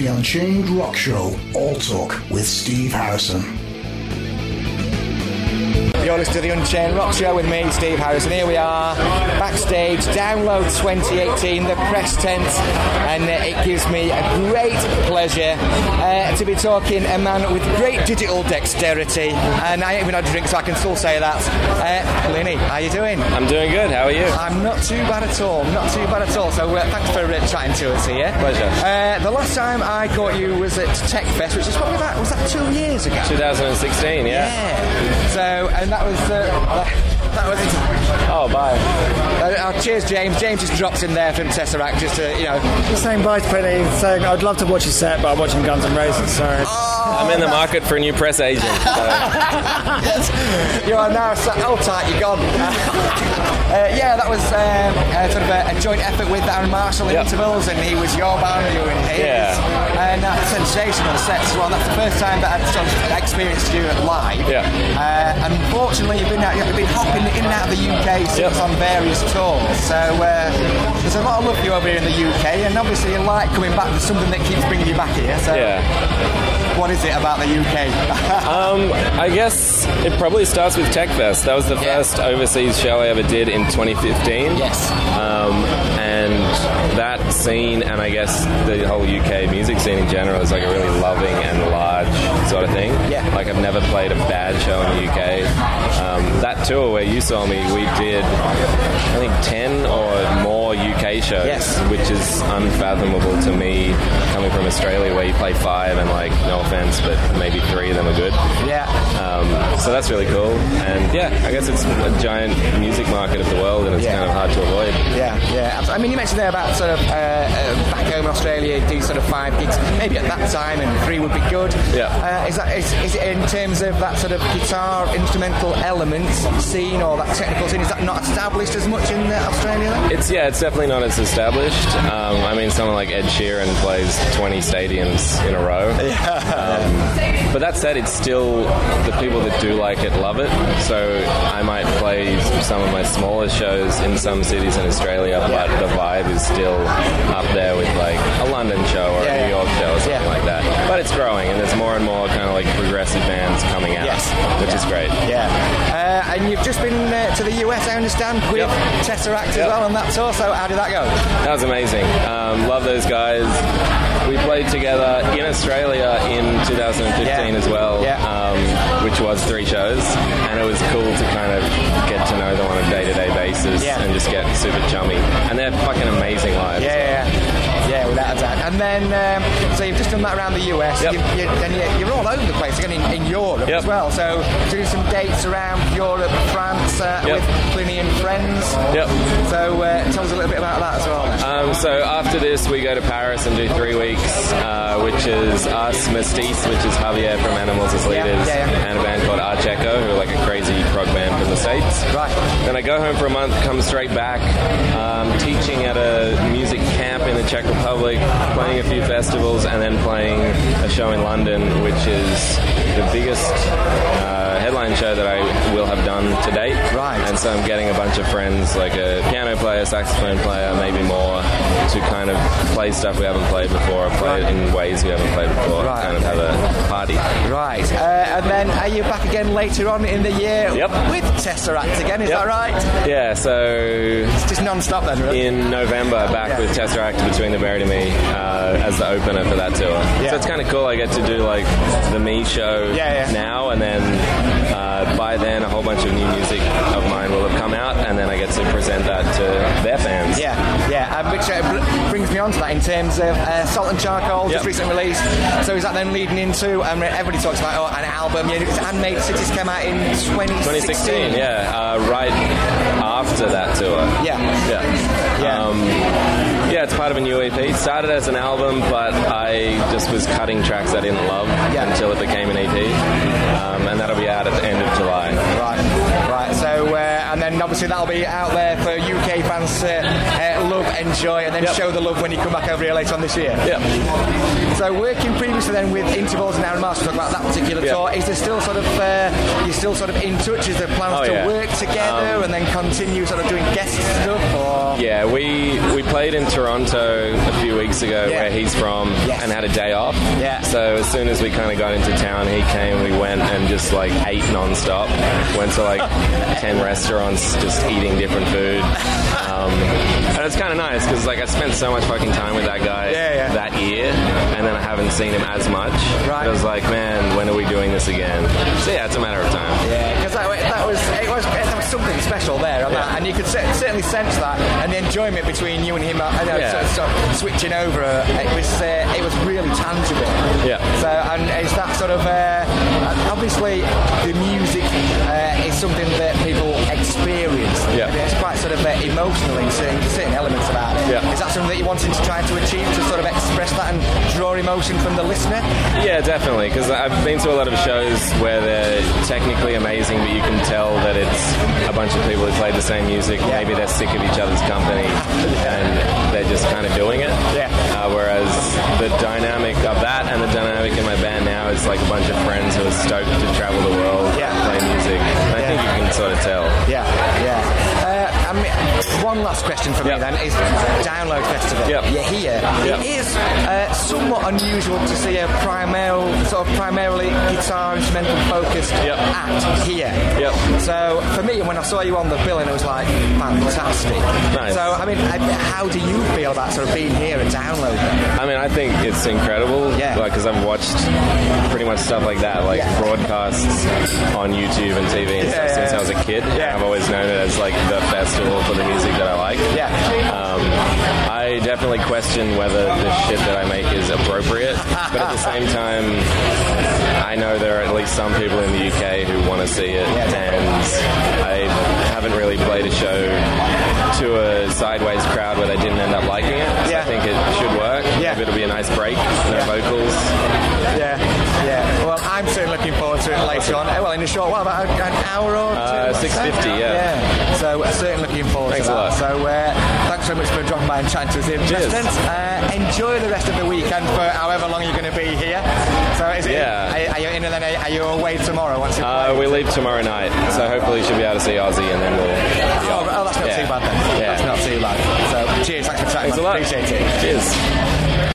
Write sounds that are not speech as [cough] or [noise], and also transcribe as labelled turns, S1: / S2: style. S1: Unchained Rock Show All Talk with Steve Harrison.
S2: You're listening to the Unchained Rock Show with me, Steve Harrison. Here we are, backstage, download 2018, the press tent, and uh, it gives me a great pleasure uh, to be talking a man with great digital dexterity. And I ain't even had a drink, so I can still say that. Uh, Linny, how you doing?
S3: I'm doing good. How are you?
S2: I'm not too bad at all. Not too bad at all. So uh, thanks for uh, chatting to us here.
S3: Pleasure.
S2: Uh, the last time I caught you was at Tech Fest, which is probably about was that two years ago.
S3: 2016. Yeah.
S2: Yeah. So, and that was uh, that was.
S3: Oh, bye.
S2: Uh, oh, cheers, James. James just drops in there from Tesseract just to you know.
S4: Saying bye to Penny, saying I'd love to watch his set, but I'm watching Guns N' Roses. Sorry.
S3: I'm in the market for a new press agent.
S2: [laughs]
S3: So.
S2: You are now sat oh tight. You're gone. uh, yeah, that was um, uh, sort of a, a joint effort with Aaron Marshall in
S3: Yep.
S2: intervals, and he was your band, you were in his,
S3: Yeah.
S2: and uh, sensational sets as well. That's the first time that I've sort of experienced you live.
S3: Yeah.
S2: Uh, unfortunately, you've been out, you've been hopping in and out of the UK since
S3: Yep.
S2: on various tours. So uh, there's a lot of love for you over here in the UK, and obviously you like coming back. There's something that keeps bringing you back here. So
S3: Yeah.
S2: what is it about the UK?
S3: Um, I guess it probably starts with TechFest. That was the
S2: Yeah.
S3: first overseas show I ever did in 2015.
S2: yes.
S3: Um, and that scene, and I guess the whole UK music scene in general, is like a really loving and large sort of thing.
S2: Yeah.
S3: Like I've never played a bad show in the UK. Um, that tour where you saw me, we did I think ten or more UK shows,
S2: Yes.
S3: which is unfathomable to me coming from Australia, where you play five and like no offense, but maybe three of them are good.
S2: [laughs] Yeah.
S3: Um, so that's really cool. And yeah, I guess it's a giant music market of the world, and it's
S2: Yeah.
S3: kind of hard to avoid.
S2: Yeah, yeah. abs- I mean, you mentioned there about sort of uh, uh, back home in Australia, do sort of five gigs, maybe at that time, and three would be good.
S3: Yeah.
S2: Uh, is that is, is it in terms of that sort of guitar instrumental element scene or that technical scene? Is that not established as much in uh, Australia? Then?
S3: It's yeah, it's definitely not as established. Um, I mean, someone like Ed Sheeran plays 20 stadiums in a row. Um, but that said, it's still the people that do like it love it. So I might play some of my smaller shows in some cities in Australia, but the vibe is still up there with like a London show or
S2: Yeah,
S3: a New
S2: yeah.
S3: York show or something
S2: Yeah.
S3: like that. But it's growing, and there's more and more kind of like progressive bands coming out,
S2: Yes.
S3: which is great.
S2: Yeah. Uh, and you've just been uh, to the US, I understand, with
S3: Yep.
S2: Tesseract as
S3: Yep.
S2: well on that tour. So how did that go?
S3: That was amazing. Um, love those guys. We played together in Australia in 2015
S2: Yeah.
S3: as well,
S2: Yeah.
S3: um, which was three shows, and it was cool to kind of get to know them on a day-to-day basis
S2: Yeah.
S3: and just get super chummy. And they're fucking amazing live.
S2: Yeah, yeah, yeah. yeah, without a doubt. And then, um, so you've just done that around the US.
S3: Yep.
S2: You, you, then you, you're all over the place again in, in Europe
S3: Yep.
S2: as well. So doing some dates around Europe, France uh,
S3: Yep.
S2: with Pliny and friends.
S3: Yep.
S2: So uh, tell us a little bit about that as well. then.
S3: Um, so after this, we go to Paris and do three weeks, uh, which is us, Mestis, which is Javier from Animals as
S2: Yeah,
S3: Leaders,
S2: yeah, yeah.
S3: and a band called Arch Echo, who are like a crazy prog band from the States.
S2: Right.
S3: Then I go home for a month, come straight back, um, teaching at a music camp in the Czech Republic, playing a few festivals, and then playing a show in London, which is the biggest uh, headline show that I will have done to date.
S2: Right.
S3: And so I'm getting a bunch of friends, like a piano player, saxophone player, maybe more, to kind of play stuff we haven't played before, or play it in ways we haven't played before,
S2: Right.
S3: kind of have a party.
S2: Right. Uh, and then are you back again later on in the year
S3: Yep.
S2: with Tesseract again? Is
S3: Yep.
S2: that right?
S3: Yeah, so
S2: It's just non-stop then, really.
S3: in November back
S2: Yeah.
S3: with Tesseract Between the Buried and Me uh, as the opener for that tour. So it's kind of cool. I get to do like the Me show
S2: Yeah, yeah.
S3: now, and then uh, by then a whole bunch of new music of mine will have come out, and then I get to present that to their fans.
S2: Yeah, yeah, um, which uh, br- brings me on to that in terms of uh, Salt and Charcoal, just
S3: Yep.
S2: recent release. So is that then leading into, um, everybody talks about oh, an album, yeah, it's Handmade Cities came out in 2016.
S3: 2016, yeah, uh, right after that tour.
S2: Yeah.
S3: Yeah.
S2: Yeah.
S3: Um, yeah, it's part of a new EP. It started as an album, but I just was cutting tracks I didn't love
S2: Yeah.
S3: until it became an EP. Um, and that'll be out at the end of July.
S2: Right, right, so, uh, and then obviously that'll be out there for UK fans to uh, love and enjoy, and then
S3: Yep.
S2: show the love when you come back over here later on this year.
S3: Yeah.
S2: So working previously then with Intervals and Aaron Mars to talk about that particular
S3: Yeah.
S2: tour, is there still sort of uh, you're still sort of in touch? Is there plans
S3: Oh,
S2: to
S3: yeah. Um,
S2: work together and then continue sort of doing guest stuff? Or
S3: Yeah, we we played in Toronto a few weeks ago
S2: Yeah.
S3: where he's from
S2: Yes.
S3: and had a day off.
S2: Yeah.
S3: So as soon as we kind of got into town, he came. We went and just like ate nonstop. Went
S2: [laughs]
S3: to like ten restaurants, just eating different food. Um, and it's kind of nice because like I spent so much fucking time with that guy
S2: Yeah, yeah.
S3: that year, and then I haven't seen him as much.
S2: Right.
S3: I was like, man, when are we doing this again? So yeah, it's a matter of time.
S2: yeah, because that, wa- that was it was there was something special there, and, that,
S3: Yeah.
S2: and you could cer- certainly sense that and the enjoyment between you and him. uh, I know,
S3: Yeah.
S2: sort of- sort of switching over, uh, it was uh, it was really tangible.
S3: Yeah.
S2: So and it's that sort of uh, and obviously the music uh, is something that people experience.
S3: Yeah.
S2: It's quite sort of uh, emotional in certain, certain elements about it.
S3: Yeah.
S2: Is that something that you're wanting to try to achieve to sort of express that and draw emotion from the listener?
S3: Yeah, definitely. Because I've been to a lot of shows where they're technically amazing, but you can tell that it's a bunch of people who play the same music. Maybe they're sick of each other's company and they're just kind of doing it.
S2: Yeah.
S3: Uh, whereas the dynamic of that and the dynamic in my band now is like a bunch of friends who are stoked to travel the world,
S2: Yeah.
S3: play music. And I
S2: Yeah.
S3: think you can sort of tell.
S2: Yeah, yeah. Uh, I mean, one last question for me
S3: Yeah.
S2: then is Download Festival.
S3: Yeah.
S2: You're here.
S3: Yeah.
S2: It is uh, somewhat unusual to see a primal, sort of primarily guitar instrumental focused
S3: Yeah.
S2: act here.
S3: Yeah.
S2: So for me, when I saw you on the bill, and it was like fantastic.
S3: Nice.
S2: So I mean, I- how do you feel about sort of being here at Download? Then?
S3: I mean, I think it's incredible.
S2: Yeah.
S3: because I've watched pretty much stuff like that, like
S2: Yeah.
S3: broadcasts on YouTube and TV and
S2: Yeah,
S3: stuff since
S2: yeah.
S3: I was a kid.
S2: Yeah.
S3: I've always known it as like the festival for the music that I like.
S2: Yeah.
S3: Um, I definitely question whether the shit that I make is appropriate,
S2: [laughs]
S3: but at the same time, I know there are at least some people in the UK who want to see it, and I haven't really played a show to a sideways crowd where they didn't end up liking it. So
S2: Yeah.
S3: I think it should work.
S2: Yeah.
S3: Maybe it'll be a nice break. No vocals.
S2: Yeah, yeah. Well, I'm certainly looking forward to it later on. Uh, Well, in a short while, about an hour or two.
S3: Uh, 6:50, yeah.
S2: Yeah. So uh, certainly looking forward
S3: Thanks
S2: to
S3: a
S2: that.
S3: lot.
S2: So uh, thanks very much for dropping by and chatting to us here.
S3: Cheers.
S2: Preston. Uh, enjoy the rest of the weekend for however long you're going to be here. So is it?
S3: Yeah.
S2: Are, are you in and then are, are you away tomorrow? Once you
S3: Uh, we leave tomorrow night, so hopefully you should be able to see Ozzy, and then we'll.
S2: Oh, oh, that's not
S3: Yeah.
S2: too bad then.
S3: Yeah.
S2: That's not too bad. So cheers. Thanks for chatting.
S3: Thanks a
S2: man.
S3: lot.
S2: Appreciate it.
S3: Cheers.